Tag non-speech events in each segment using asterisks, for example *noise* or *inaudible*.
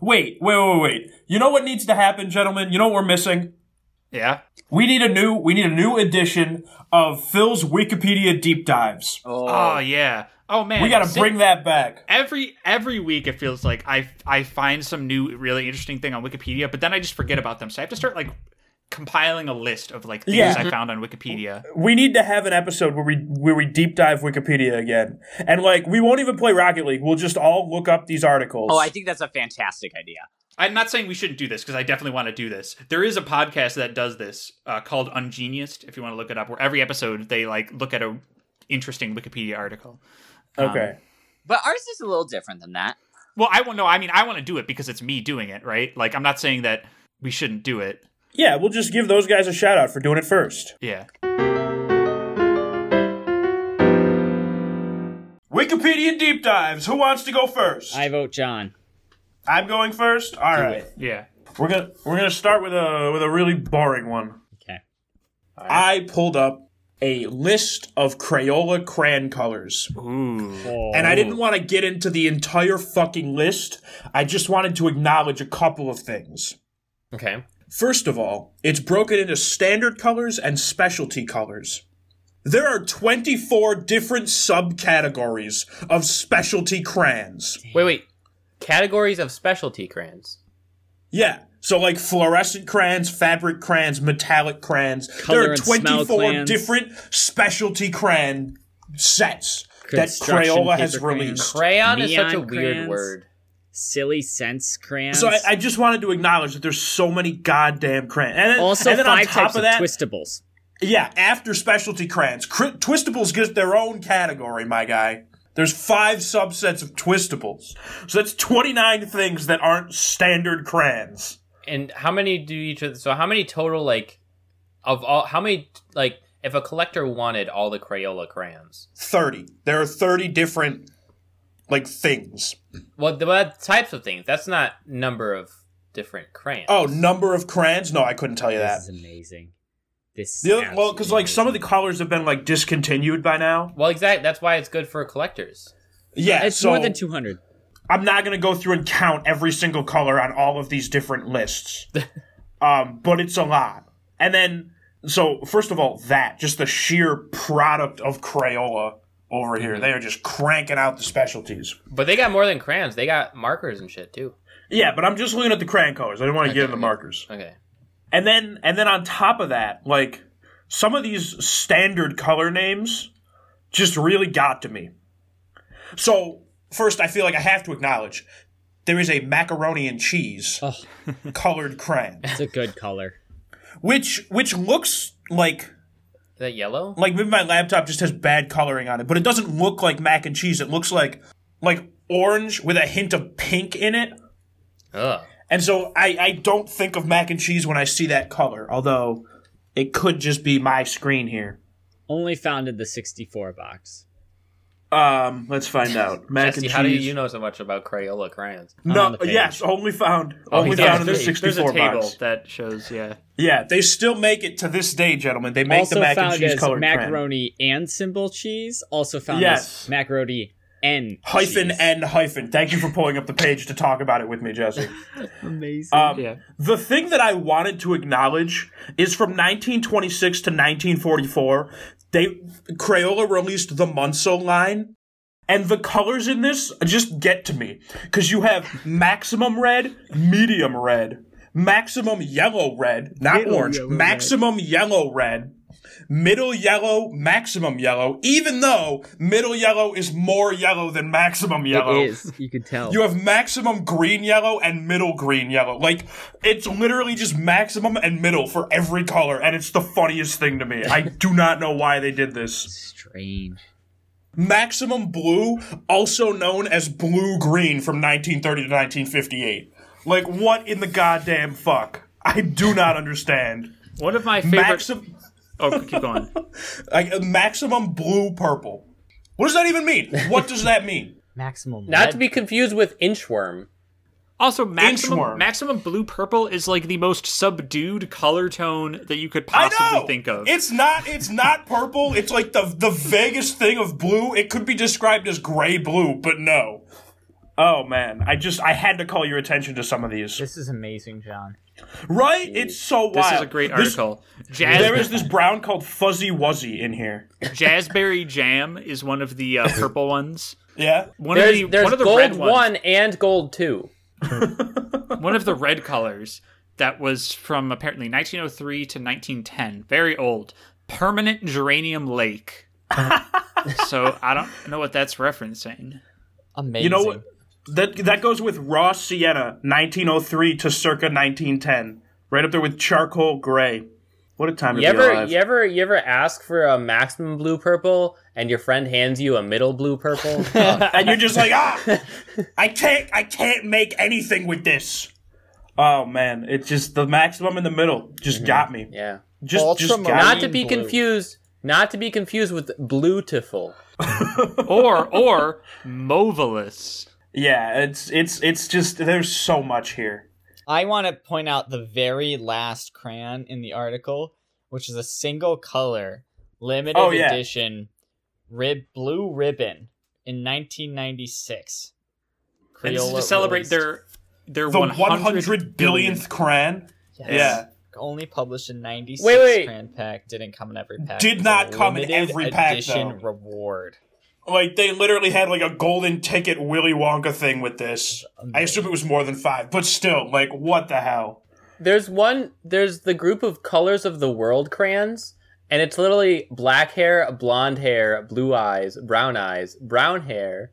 Wait, wait, wait, wait. You know what needs to happen, gentlemen? You know what we're missing? Yeah. We need a new we need a new edition of Phil's Wikipedia deep dives. Oh, yeah. Oh man. We got to Sit- bring that back. every every week it feels like I I find some new really interesting thing on Wikipedia, but then I just forget about them. So I have to start like compiling a list of like things Yeah. I found on Wikipedia. We need to have an episode where we where we deep dive Wikipedia again. And like we won't even play Rocket League. We'll just all look up these articles. Oh, I think that's a fantastic idea. I'm not saying we shouldn't do this because I definitely want to do this. There is a podcast that does this uh, called Ungeniused. If you want to look it up, where every episode they like look at a interesting Wikipedia article. okay. But ours is a little different than that. Well, I won't know. I mean, I want to do it because it's me doing it, right? Like I'm not saying that we shouldn't do it. yeah, we'll just give those guys a shout out for doing it first. Yeah. Wikipedia deep dives. Who wants to go first? I vote John. I'm going first. All right. Yeah. We're gonna we're gonna start with a with a really boring one. Okay. I pulled up a list of Crayola crayon colors, Ooh. and I didn't want to get into the entire fucking list. I just wanted to acknowledge a couple of things. Okay. First of all, it's broken into standard colors and specialty colors. There are 24 different subcategories of specialty crayons. Wait, wait. Categories of specialty crayons. Yeah. So like fluorescent crayons, fabric crayons, metallic crayons. Color there are and smell 24 crayons. different specialty crayon sets that Construction Crayola has paper crayons. released. Crayon is such a Neon crayons. weird word. Silly sense crayons. So I, I just wanted to acknowledge that there's so many goddamn crayons. And then, also and then five on top types of that, twistables. yeah, after specialty crayons, cr- twistables gets their own category, my guy. There's five subsets of twistables. So that's 29 things that aren't standard crayons. And how many do each of? So how many total? Like, of all, how many? Like, if a collector wanted all the Crayola crayons, 30. There are 30 different like things. well, the what types of things. That's not number of different crayons. Oh, number of crayons? No, I couldn't tell you that. This is amazing. This The is other, well, because like some of the colors have been like discontinued by now. Well, exactly. That's why it's good for collectors. Yeah, it's so more than two hundred. I'm not gonna go through and count every single color on all of these *laughs* different lists. um, but it's a lot. And then, so first of all, that just the sheer product of Crayola over here, they are just cranking out the specialties. But they got more than crayons. They got markers and shit too. Yeah, but I'm just looking at the crayon colors. I didn't want to get into the markers. Okay. And then and then on top of that, like some of these standard color names just really got to me. So first I feel like I have to acknowledge there is a macaroni and cheese Oh. *laughs* colored crayon. It's a good color. Which which looks like Is that yellow? like maybe my laptop just has bad coloring on it, but it doesn't look like mac and cheese. It looks like like orange with a hint of pink in it. Ugh. And so I, I don't think of mac and cheese when I see that color, although it could just be my screen here. Only found in the sixty-four box. Um, *laughs* let's find out. Mac Jesse, and how do cheese. you know so much about Crayola crayons? I'm on No, the page. Oh, yes, only found, only he's on found in the the page. There's a sixty-four table box. that shows. Yeah. Yeah, they still make it to this day, gentlemen. They make also the mac found and cheese as colored crayon. macaroni and symbol cheese. Also found Yes. as macaroni and hyphen cheese. and hyphen. Thank you for pulling up the page to talk about it with me, Jesse. Amazing. Um, Yeah. The thing that I wanted to acknowledge is from 1926 to 1944, they Crayola released the Munso line, and the colors in this just get to me because you have maximum red, medium red, maximum yellow red, not orange, maximum yellow red. Middle yellow, maximum yellow, even though middle yellow is more yellow than maximum yellow. It is. You can tell. You have maximum green yellow and middle green yellow. Like it's literally just maximum and middle for every color, and it's the funniest thing to me. I do not know why they did this. Strange. Maximum blue, also known as blue green from 1930 to 1958. Like what in the goddamn fuck? I do not understand. One of my favorite. Maximum oh, keep going. like uh, maximum blue purple. What does that even mean? What does that mean? Maximum. Not to be confused with inchworm. Also, maximum Inchworm. maximum blue purple is like the most subdued color tone that you could I possibly know. think of. It's not. It's not purple. It's like the the vaguest thing of blue. It could be described as gray blue, but no. Oh man, I just I had to call your attention to some of these. This is amazing, John. Right? It's so wild. This is a great This- article. there Jazz, is this brown called Fuzzy Wuzzy in here. Jazzberry Jam is one of the uh, purple ones. Yeah. One of There's, the there's one of the gold red ones. one and gold two. one of the red colors that was from apparently 1903 to 1910 very old permanent *laughs* geranium lake so i don't know what that's referencing Amazing. You know what? That that goes with raw sienna, 1903 to circa 1910, right up there with charcoal gray. What a time to You be ever, alive. you ever, you ever ask for a maximum blue purple, and your friend hands you a middle blue purple? *laughs* Uh, and you're just like, ah, I can't, I can't make anything with this. Oh man, it's just the maximum in the middle just got me. Mm-hmm. yeah. Just, just Ultramarine. got Not me. to be blue. confused. Not to be confused with Blutiful. or or movilus Yeah, it's it's it's just there's so much here. I want to point out the very last crayon in the article, which is a single color, limited Oh, yeah. edition, rib blue ribbon in 1996. and this is to Crayola celebrate released. their their The 100 100 billionth crayon. Yes. Only published in 96. Wait, wait. Crayon pack didn't come in every pack. Did It was a not come in limited every pack, Edition though. reward. Yeah, like they literally had like a golden ticket Willy Wonka thing with this. I assume it was more than five, but still, like what the hell? There's one. There's the group of colors of the world crayons, and it's literally black hair, blonde hair, blue eyes, brown eyes, brown hair,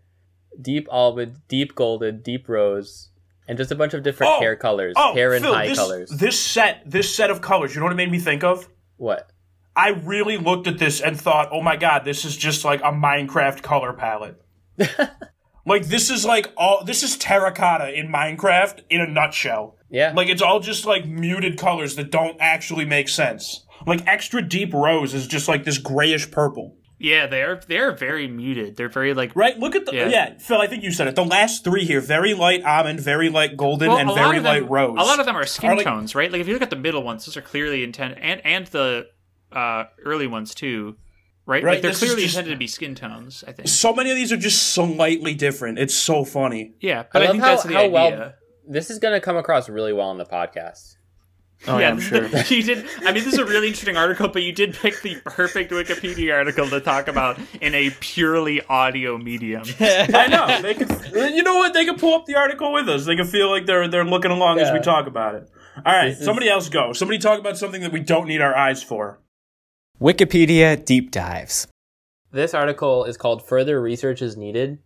deep almond, deep golden, deep rose, and just a bunch of different Oh! hair colors, Oh, hair and Phil, high this, colors. This set, this set of colors. You know what it made me think of? what? I really looked at this and thought, oh my god, this is just like a Minecraft color palette. like this is like all this is terracotta in Minecraft in a nutshell. Yeah. Like it's all just like muted colors that don't actually make sense. Like extra deep rose is just like this grayish purple. yeah they're they're very muted they're very like Right? Look at the yeah. Yeah. Phil, I think you said it. The last three here, very light almond, very light golden, well, and a lot very of them- light rose. A lot of them are skin Are like- tones, right? Like if you look at the middle ones, those are clearly intended, and and the uh, early ones too, right? Right, like they're this is clearly just- intended to be skin tones. I think. so many of these are just slightly different. It's so funny. Yeah, but I, love think how- that's the how idea. well- This is gonna come across really well on the podcast. *laughs* Oh, yeah, I'm sure. *laughs* you did. I mean, this is a really interesting article, but you did pick the perfect Wikipedia article to talk about in a purely audio *laughs* medium. *laughs* I know. They could, you know what? They could pull up the article with us. They can feel like they're they're looking along as we Yeah. talk about it. All right, This is- somebody else go. Somebody talk about something that we don't need our eyes for. Wikipedia deep dives. This article is called "Further Research Is Needed,"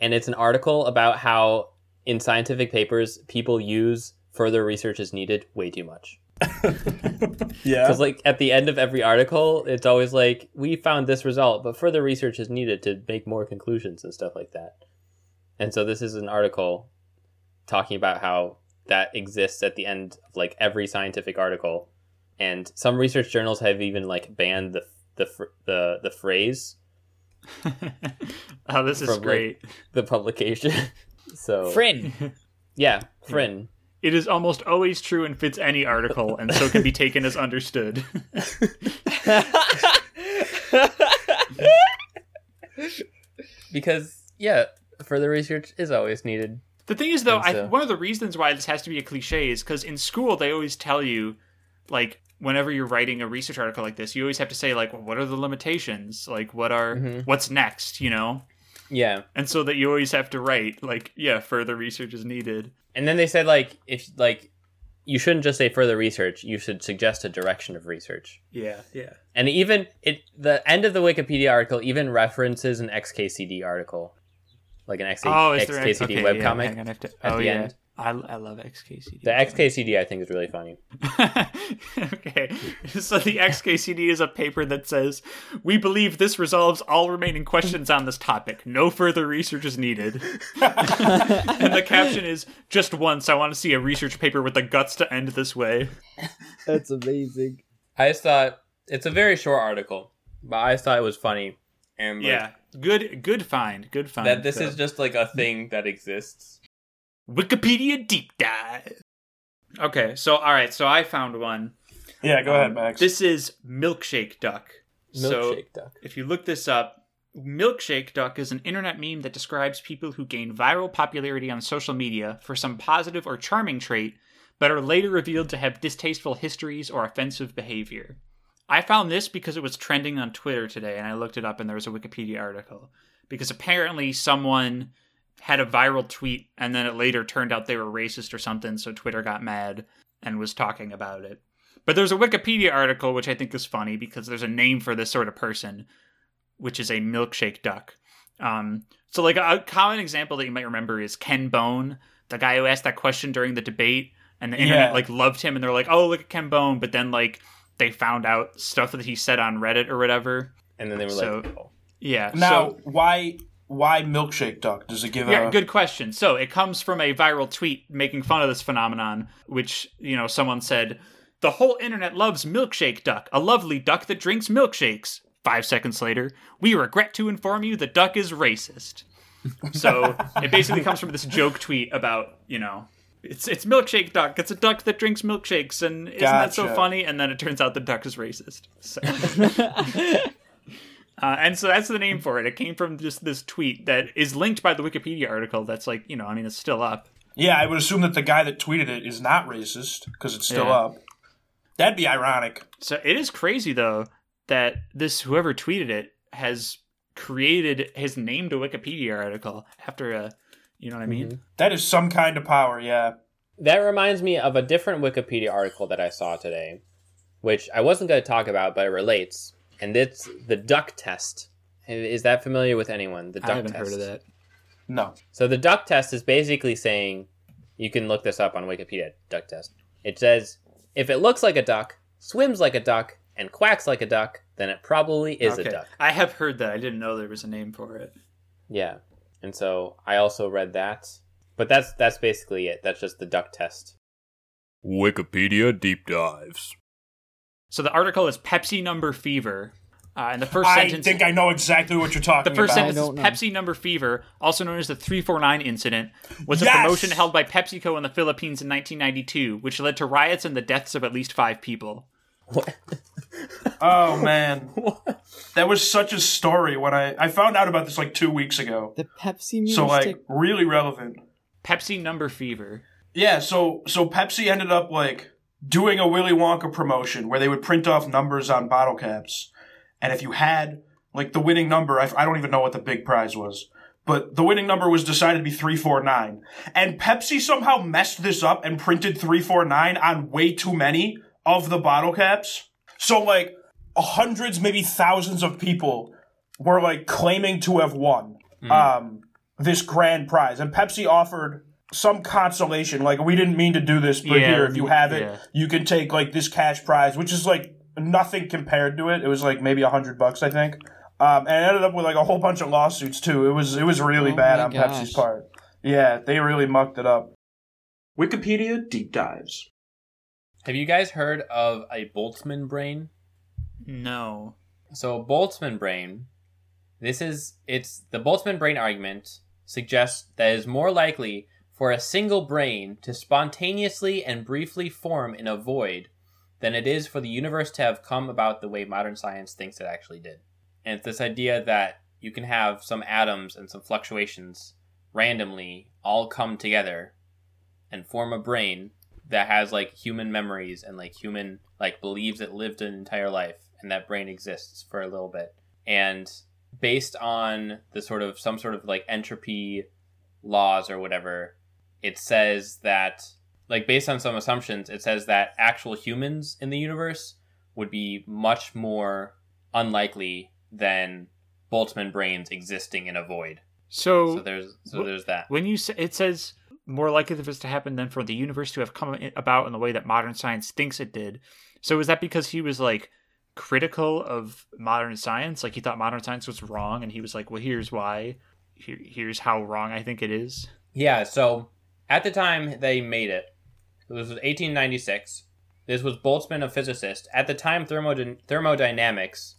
and it's an article about how in scientific papers people use "further research is needed" way too much. Yeah. Because like at the end of every article, it's always like we found this result, but further research is needed to make more conclusions and stuff like that. And so this is an article talking about how that exists at the end of like every scientific article, and some research journals have even like banned the the fr- the the phrase oh, this is From, like, great. the publication. *laughs* so *laughs* Frin. *laughs* yeah, Frin. It is almost always true and fits any article, and so can be taken as understood. *laughs* because yeah, further research is always needed. The thing is, though, think I, so. one of the reasons why this has to be a cliche is because in school they always tell you, like, whenever you're writing a research article like this, you always have to say, like, well, what are the limitations? Like, what are Mhm. what's next? You know, Yeah. and so that you always have to write, like, yeah, further research is needed. And then they said like if like you shouldn't just say further research, you should suggest a direction of research. Yeah, yeah. And even it the end of the Wikipedia article even references an XKCD article. Like an XK, oh, is there XKCD okay, yeah, webcomic. hang on, I have to- at oh, the yeah. end. I, I love XKCD. the XKCD I think is really funny. *laughs* okay. So the XKCD is a paper that says, We believe this resolves all remaining questions on this topic. No further research is needed. *laughs* and the caption is, Just once, I want to see a research paper with the guts to end this way. That's amazing. I just thought it's a very short article, but I just thought it was funny. And like, Yeah. Good good find. Good find. that this Phil. is just like a thing that exists. Wikipedia deep dive. Okay, so all right, so I found one. yeah, go ahead, Max. This is milkshake duck. So duck. if you look this up, Milkshake Duck is an internet meme that describes people who gain viral popularity on social media for some positive or charming trait, but are later revealed to have distasteful histories or offensive behavior. I found this because it was trending on Twitter today, and I looked it up, and there was a Wikipedia article. Because apparently, someone had a viral tweet, and then it later turned out they were racist or something, so Twitter got mad and was talking about it. But there's a Wikipedia article which I think is funny because there's a name for this sort of person, which is a milkshake duck. Um, so, like a common example that you might remember is Ken Bone, the guy who asked that question during the debate, and the internet Yeah. like loved him, and they're like, "Oh, look at Ken Bone," but then like they found out stuff that he said on Reddit or whatever. And then they were So- like, oh. Yeah. Now, so, why why milkshake duck? Does it give Yeah, a good question. So it comes from a viral tweet making fun of this phenomenon, which, you know, someone said, The whole internet loves milkshake duck, a lovely duck that drinks milkshakes. Five seconds later, we regret to inform you the duck is racist. *laughs* So it basically comes from this joke tweet about, you know, it's it's milkshake duck. It's a duck that drinks milkshakes, and isn't that so Gotcha. funny? And then it turns out the duck is racist. *laughs* So. Uh, and so that's the name for it. It came from just this tweet that is linked by the Wikipedia article. That's like you know, I mean, it's still up. Yeah, I would assume that the guy that tweeted it is not racist because it's still Yeah. up. That'd be ironic. So it is crazy though that this whoever tweeted it has created his name to Wikipedia article after a, you know what I mean? Mm-hmm. That is some kind of power, yeah. That reminds me of a different Wikipedia article that I saw today, which I wasn't going to talk about, but it relates. And it's the duck test. Is that familiar with anyone? The duck I haven't test. heard of that. No. So the duck test is basically saying you can look this up on Wikipedia, duck test. It says if it looks like a duck, swims like a duck, and quacks like a duck, then it probably is okay. a duck. I have heard that. I didn't know there was a name for it. Yeah. And so I also read that. But that's that's basically it. That's just the duck test. Wikipedia deep dives. So the article is Pepsi Number Fever, uh, and the first I sentence. think I know exactly what you're talking The first about. sentence is don't know. Pepsi Number Fever, also known as the 349 incident, was a Yes! promotion held by PepsiCo in the Philippines in 1992, which led to riots and the deaths of at least five people. oh *laughs* man. that was such a story when I I found out about this like 2 weeks ago. The Pepsi music. So like really relevant. Pepsi Number Fever. Yeah, so so Pepsi ended up like doing a Willy Wonka promotion where they would print off numbers on bottle caps, and if you had like the winning number, I, I don't even know what the big prize was, but the winning number was decided to be three four nine, and Pepsi somehow messed this up and printed three four nine on way too many of the bottle caps. So like hundreds, maybe thousands of people were like claiming to have won Hmm. um, this grand prize, and Pepsi offered some consolation, like we didn't mean to do this, but Yeah, here, if you have it, yeah. you can take like this cash prize, which is like nothing compared to it. It was like maybe a hundred bucks, I think, um, and it ended up with like a whole bunch of lawsuits too. It was it was really Oh bad my on Pepsi's gosh. part. Yeah, they really mucked it up. Wikipedia deep dives. Have you guys heard of a Boltzmann brain? No. So Boltzmann brain, this is it's the Boltzmann brain argument suggests that it is more likely for a single brain to spontaneously and briefly form in a void than it is for the universe to have come about the way modern science thinks it actually did. And it's this idea that you can have some atoms and some fluctuations randomly all come together and form a brain that has like human memories and like human like believes it lived an entire life and that brain exists for a little bit and based on the sort of some sort of like entropy laws or whatever it says that like based on some assumptions it says that actual humans in the universe would be much more unlikely than boltzmann brains existing in a void So, so there's so there's that when you say it says more likely for this to happen than for the universe to have come i- about in the way that modern science thinks it did. So is that because he was like critical of modern science? Like he thought modern science was wrong, and he was like, "Well, here's why. Here, here's how wrong I think it is." Yeah, so at the time they made it, this was 1896. This was Boltzmann, a physicist. At the time, thermod- thermodynamics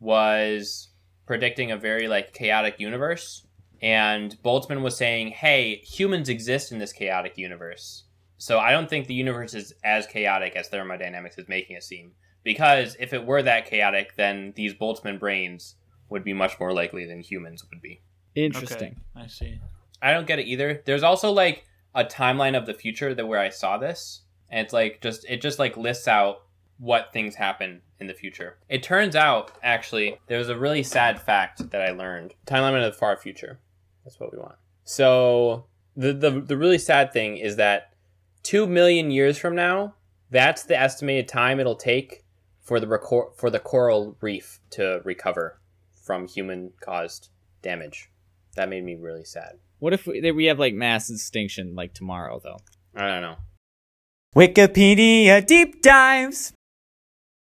was predicting a very like chaotic universe, and Boltzmann was saying, "Hey, humans exist in this chaotic universe." So I don't think the universe is as chaotic as thermodynamics is making it seem. Because if it were that chaotic, then these Boltzmann brains would be much more likely than humans would be. Interesting. Okay, I see. I don't get it either. There's also like a timeline of the future that where I saw this, and it's like just it just like lists out what things happen in the future. It turns out actually there was a really sad fact that I learned. Timeline of the far future. That's what we want. So the the, the really sad thing is that two million years from now, that's the estimated time it'll take for the recor- for the coral reef to recover from human caused damage. That made me really sad. What if we, that we have like mass extinction like tomorrow though? I don't know. Wikipedia deep dives.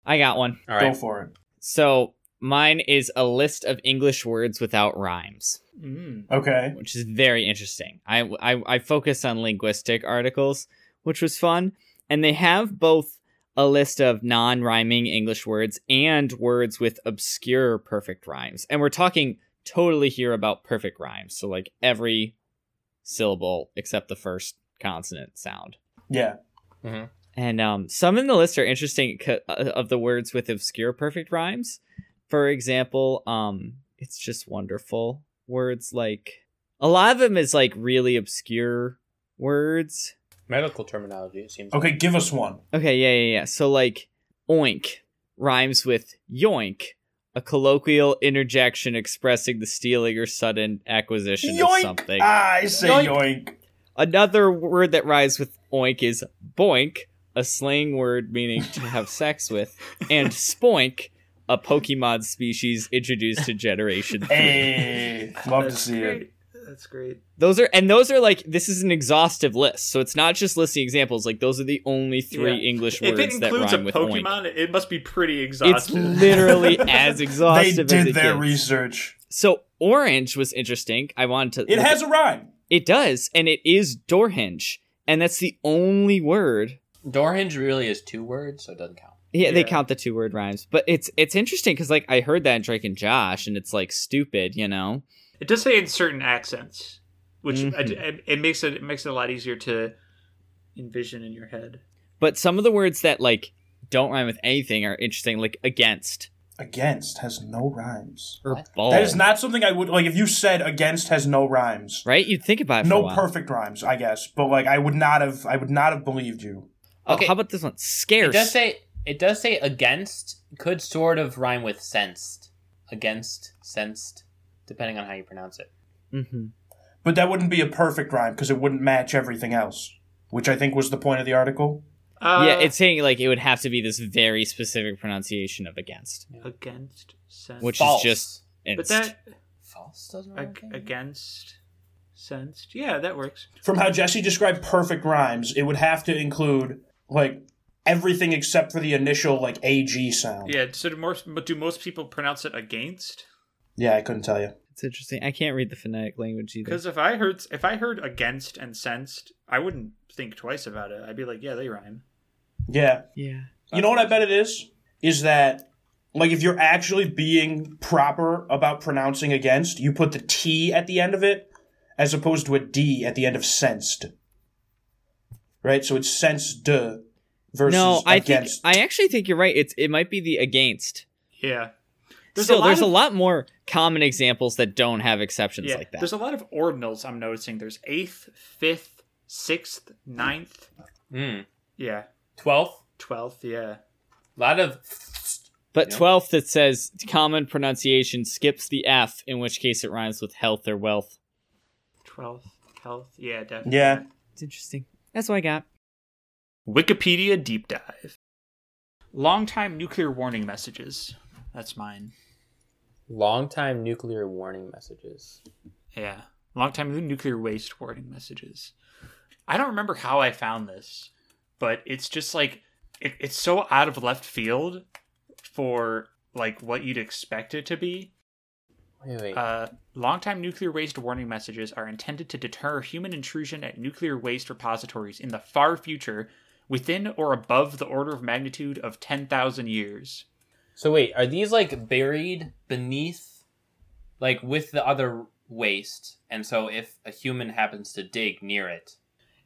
I got one. All Go right. for it. So mine is a list of English words without rhymes, Mm. Okay. which is very interesting. I I, I focused on linguistic articles, which was fun, and they have both a list of non-rhyming English words and words with obscure perfect rhymes. And we're talking totally here about perfect rhymes, so like every syllable except the first consonant sound. Yeah. And um, some in the list are interesting c- uh, of the words with obscure perfect rhymes. For example, um, it's just wonderful words like a lot of them is like really obscure words. Medical terminology, it seems. Okay, give us one. Okay, yeah, yeah, yeah. So like oink rhymes with yoink, a colloquial interjection expressing the stealing or sudden acquisition of something. Ah, I say Yoink. yoink. Another word that rhymes with oink is boink, a slang word meaning to have sex with, and spoink, a Pokemon species introduced to Generation *laughs* 3. Hey, love to That's see it. great. That's great. Those are, and those are like, this is an exhaustive list. So it's not just listing examples. Like, those are the only three Yeah. English If words it that includes a rhyme with oink. Pokemon, it must be pretty It's exhaustive. *laughs* literally as They exhaustive as did it their gets. research. So orange was interesting. I wanted to. It look has at- a rhyme. It does, and it is door hinge, and that's the only word Door hinge really is two words, so it doesn't count. Yeah, they Yeah. count the two word rhymes, but it's it's interesting because like I heard that in Drake and Josh, and it's like stupid, you know. It does say in certain accents, which Mm-hmm. I- Mhm. I- it makes it, it makes it a lot easier to envision in your head. But some of the words that like don't rhyme with anything are interesting, like against Against has no rhymes. or ball. That is not something I would like. If you said against has no rhymes, right. You'd think about it. for a no while. perfect rhymes, I guess. But like, I would not have. I would not have believed you. Oh, Okay. how about this one? It Scarce. does say it does say against could sort of rhyme with sensed. Against, sensed, depending on how you pronounce it. hmm But that wouldn't be a perfect rhyme because it wouldn't match everything else, which I think was the point of the article. Uh, yeah, it's saying like it would have to be this very specific pronunciation of against, against sense, which False. is just but inst. that false doesn't rhyme. ag- with against sensed. Yeah, that works. From how Jesse described perfect rhymes, it would have to include like everything except for the initial like ag Um, sound. Yeah. So do most but do most people pronounce it against? Yeah, I couldn't tell you. it's interesting. I can't read the phonetic language either. Because if I heard if I heard against and sensed, I wouldn't think twice about it. I'd be like, yeah, they rhyme. Yeah. Yeah. You know what I bet it is? Is that like if you're actually being proper about pronouncing against, you put the T at the end of it as opposed to a D at the end of sensed. Right? So it's sensed versus No, I think against. I actually think you're right. It's it might be the against. Yeah. Still, there's of- a lot more common examples that don't have exceptions like that. There's a lot of ordinals I'm noticing. There's eighth, fifth, sixth, ninth. it. Mm. Yeah. Twelfth. Twelfth, yeah. A lot of but yeah. 12th that says common pronunciation skips the F, in which case it rhymes with health or wealth. Twelfth, health, yeah, definitely. yeah. It's interesting. That's what I got. Wikipedia deep dive. Longtime nuclear warning messages. That's mine. long time nuclear warning messages. Yeah. Longtime nuclear waste warning messages. I don't remember how I found this, but it's just like it, it's so out of left field for like what you'd expect it to be. Wait, wait. Uh, longtime nuclear waste warning messages are intended to deter human intrusion at nuclear waste repositories in the far future, within or above the order of magnitude of 10,000 years. so wait, are these like buried beneath like with the other waste, and so if a human happens to dig near it,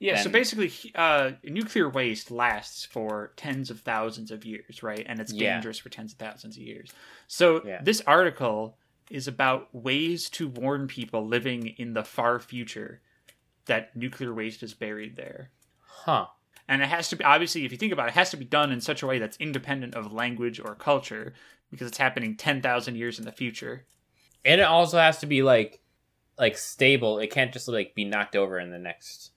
Yeah, so And- basically, he- uh, nuclear waste lasts for tens of thousands of years, right? And it's Yeah. dangerous for tens of thousands of years. So Yeah. this article is about ways to warn people living in the far future that nuclear waste is buried there. Huh. And it has to be obviously, if you think about it, it has to be done in such a way that's independent of language or culture because it's happening ten thousand years in the future. And it also has to be like like stable. It can't just like be knocked over in the next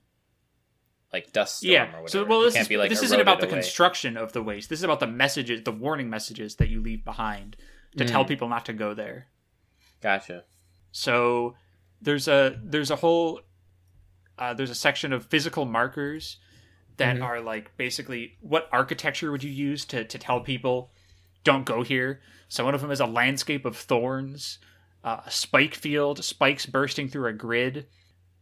like dust storm or yeah. whatever. So well, It this, can't is, be, like, this isn't about the eroded away. construction of the waste. This is about the messages, the warning messages that you leave behind to Mm. tell people not to go there. Gotcha. So there's a there's a whole uh, there's a section of physical markers that Mm-hmm. are like basically what architecture would you use to to tell people don't go here. So one of them is a landscape of thorns, uh, a spike field, spikes bursting through a grid,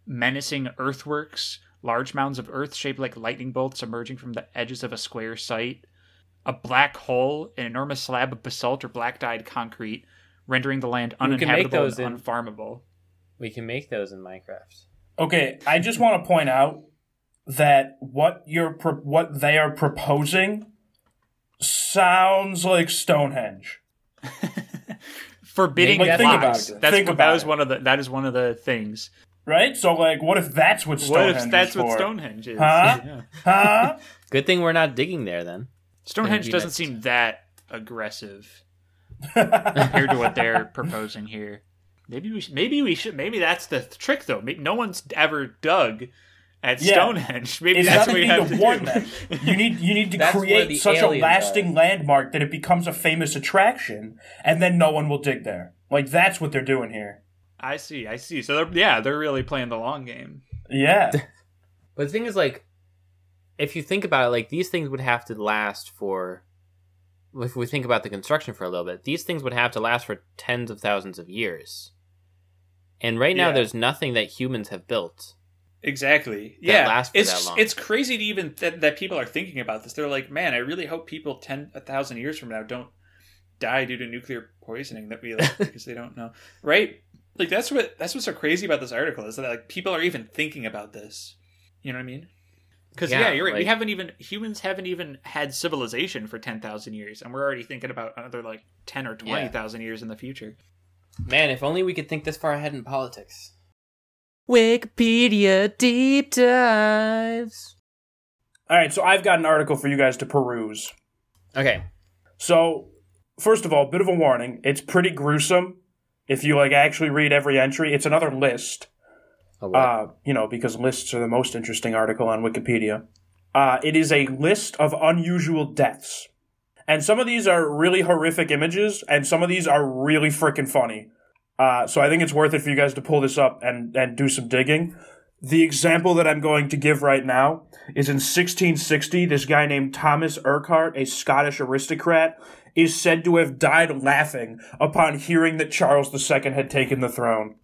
menacing earthworks, large mounds of earth shaped like lightning bolts emerging from the edges of a square site, a black hole, an enormous slab of basalt or black dyed concrete, rendering the land You can make uninhabitable those in- and unfarmable. We can make those in Minecraft. Okay, I just want to point out that what you're pro- what they are proposing sounds like Stonehenge. Forbidding Like, think about blocks. it. That's Think what- about that is it. one of the that is one of the things. Right? So like what if that's what Stonehenge what if that's is what for? Stonehenge is? Huh? Yeah. Huh? Good thing we're not digging there then. Stonehenge Maybe doesn't that's- seem that aggressive compared *laughs* to what they're proposing here. Maybe we should, maybe we should maybe that's the trick though. Maybe no one's ever dug at Yeah. Stonehenge. *laughs* Maybe It's that's not that what we you have need to to do. warn them. You need you need to That's where create the such a aliens lasting are. landmark that it becomes a famous attraction, and then no one will dig there. Like that's what they're doing here. *laughs* I see, I see. So they're, yeah, they're really playing the long game. *laughs* Yeah. But the thing is, like, if you think about it, like these things would have to last for. If we think about the construction for a little bit, these things would have to last for tens of thousands of years. And right now, Yeah. there's nothing that humans have built. Exactly. Yeah. lasts for it's that just- long. it's crazy to even th- that people are thinking about this. They're like, man, I really hope people ten a thousand years from now don't die due to nuclear poisoning that we *laughs* like, because they don't know, right? Like that's what that's what's so crazy about this article is that like people are even thinking about this. You know what I mean? Because yeah, Yeah, you're right. we like- haven't even humans haven't even had civilization for ten thousand years, and we're already thinking about another like ten or twenty thousand years in the future. Man, if only we could think this far ahead in politics. Wikipedia deep dives. All right, so I've got an article for you guys to peruse. Okay. So, first of all, bit of a warning. It's pretty gruesome if you like actually read every entry. It's another list, Oh, wow. uh, you know, because lists are the most interesting article on Wikipedia. Uh, it is a list of unusual deaths, and some of these are really horrific images, and some of these are really freaking funny. Uh, so I think it's worth it for you guys to pull this up and and do some digging. The example that I'm going to give right now is in 1660, this guy named Thomas Urquhart, a Scottish aristocrat, is said to have died laughing upon hearing that Charles II had taken the throne.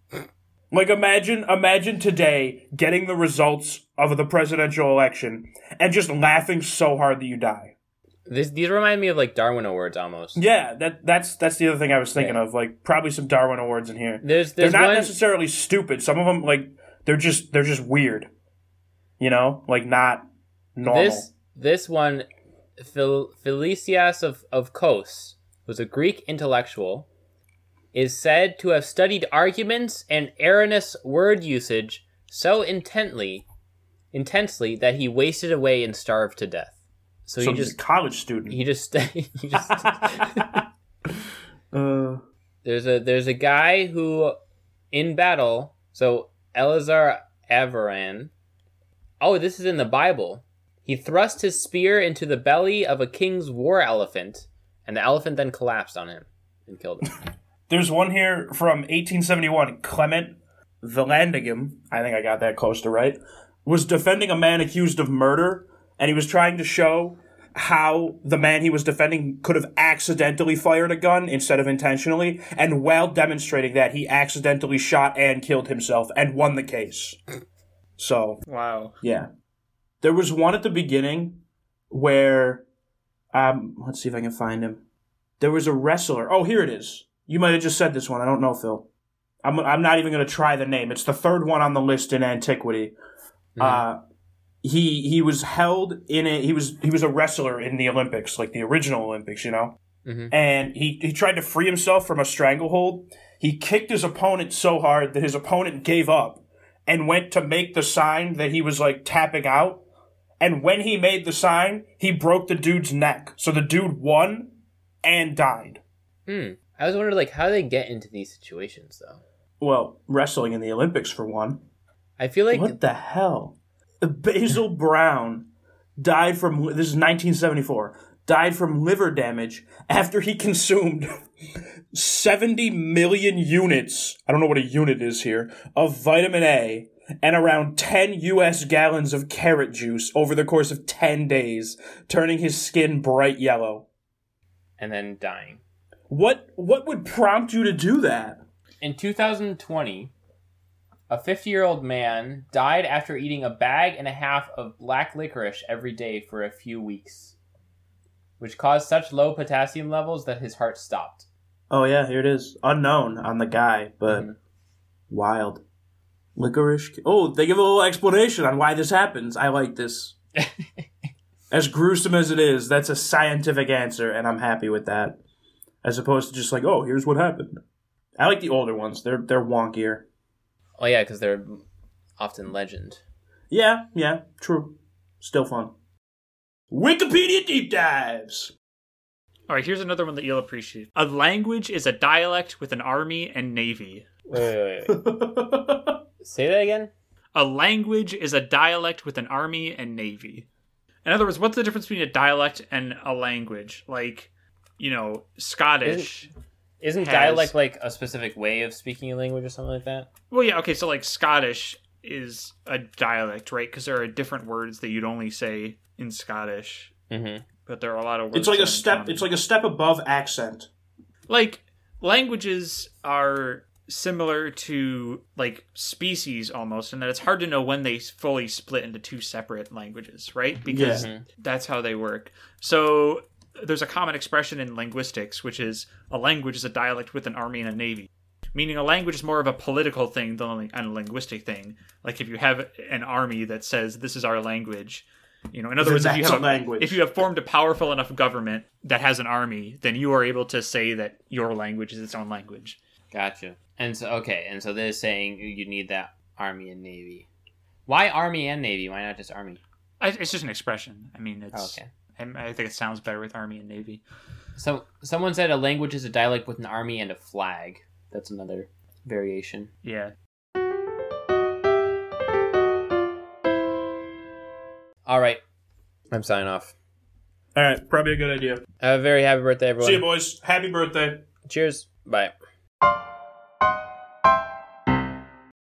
Like imagine imagine today getting the results of the presidential election and just laughing so hard that you die. This, these remind me of like Darwin Awards almost. Yeah, that that's that's the other thing I was thinking Yeah. of, like probably some Darwin awards in here. There's, They're there's not one. necessarily stupid. Some of them like they're just they're just weird. You know? Like not normal. This this one, Fel- Felicias of of Kos was a Greek intellectual, is said to have studied arguments and erroneous word usage so intently, intensely that he wasted away and starved to death. so So, he he's a just college student. *laughs* *laughs* he just he just *laughs* Uh, there's a there's a guy who in battle so elazar avaran oh this is in the bible he thrust his spear into the belly of a king's war elephant and the elephant then collapsed on him and killed him there's one here from 1871. Clement Vallandigham, I think I got that close to right, was defending a man accused of murder, and he was trying to show how the man he was defending could have accidentally fired a gun instead of intentionally, and while demonstrating that, he accidentally shot and killed himself and won the case. So Wow. Yeah. There was one at the beginning where um let's see if I can find him. There was a wrestler. Oh, here it is. You might have just said this one. I don't know, Phil. I'm I'm not even going to try the name. It's the third one on the list in antiquity. Uh he he was held in a he was he was a wrestler in the Olympics, like the original Olympics, you know. Mhm. And he he tried to free himself from a stranglehold. He kicked his opponent so hard that his opponent gave up and went to make the sign that he was like tapping out. And when he made the sign, he broke the dude's neck. So the dude won and died. Hmm. I was wondering, like, how they get into these situations, though. Well, wrestling in the Olympics for one. I feel like what the hell? Basil Brown died from this is 1974. Died from liver damage after he consumed 70 million units. I don't know what a unit is here of vitamin A and around 10 US gallons of carrot juice over the course of 10 days, turning his skin bright yellow. and then dying. What what would prompt you to do that? In 2020, a 50 year old man died after eating a bag and a half of black licorice every day for a few weeks, which caused such low potassium levels that his heart stopped. Oh yeah, here it is. Unknown on the guy, but Mhm. wild. Licorice. Oh, they give a little explanation on why this happens. I like this. as gruesome as it is, that's a scientific answer, and I'm happy with that. As opposed to just like, oh, here's what happened. I like the older ones. They're they're wonkier. Oh, yeah, because they're often legend. Yeah, yeah, true. Still fun. Wikipedia deep dives. *laughs* All right, here's another one that you'll appreciate. A language is a dialect with an army and navy. Wait, wait, wait. *laughs* Say that again? A language is a dialect with an army and navy. In other words, what's the difference between a dialect and a language? Like, you know, Scottish. Isn't Has- dialect like a specific way of speaking a language or something like that? Well, yeah, okay, so like Scottish is a dialect, right? Because there are different words that you'd only say in Scottish, Mm-hmm. but there are a lot of words. It's like a that are in step. common. It's like a step above accent. like languages are similar to like species almost in that it's hard to know when they fully split into two separate languages right because Yeah. Mhm. that's how they work so there's a common expression in linguistics which is a language is a dialect with an army and a navy meaning a language is more of a political thing than a linguistic thing like if you have an army that says this is our language you know in other Then words if you that's have a language. if you have formed a powerful enough government that has an army then you are able to say that your language is its own language Gotcha. And so, okay, and so they're saying you need that army and navy. Why army and navy? Why not just army? Oh, I, it's just an expression i mean it's okay. I, I think it sounds better with army and navy So someone said a language is a dialect with an army and a flag. That's another variation. yeah All right. I'm signing off. All right, probably a good idea. Have a very happy birthday, everyone. See you, boys. Happy birthday. Cheers. Bye.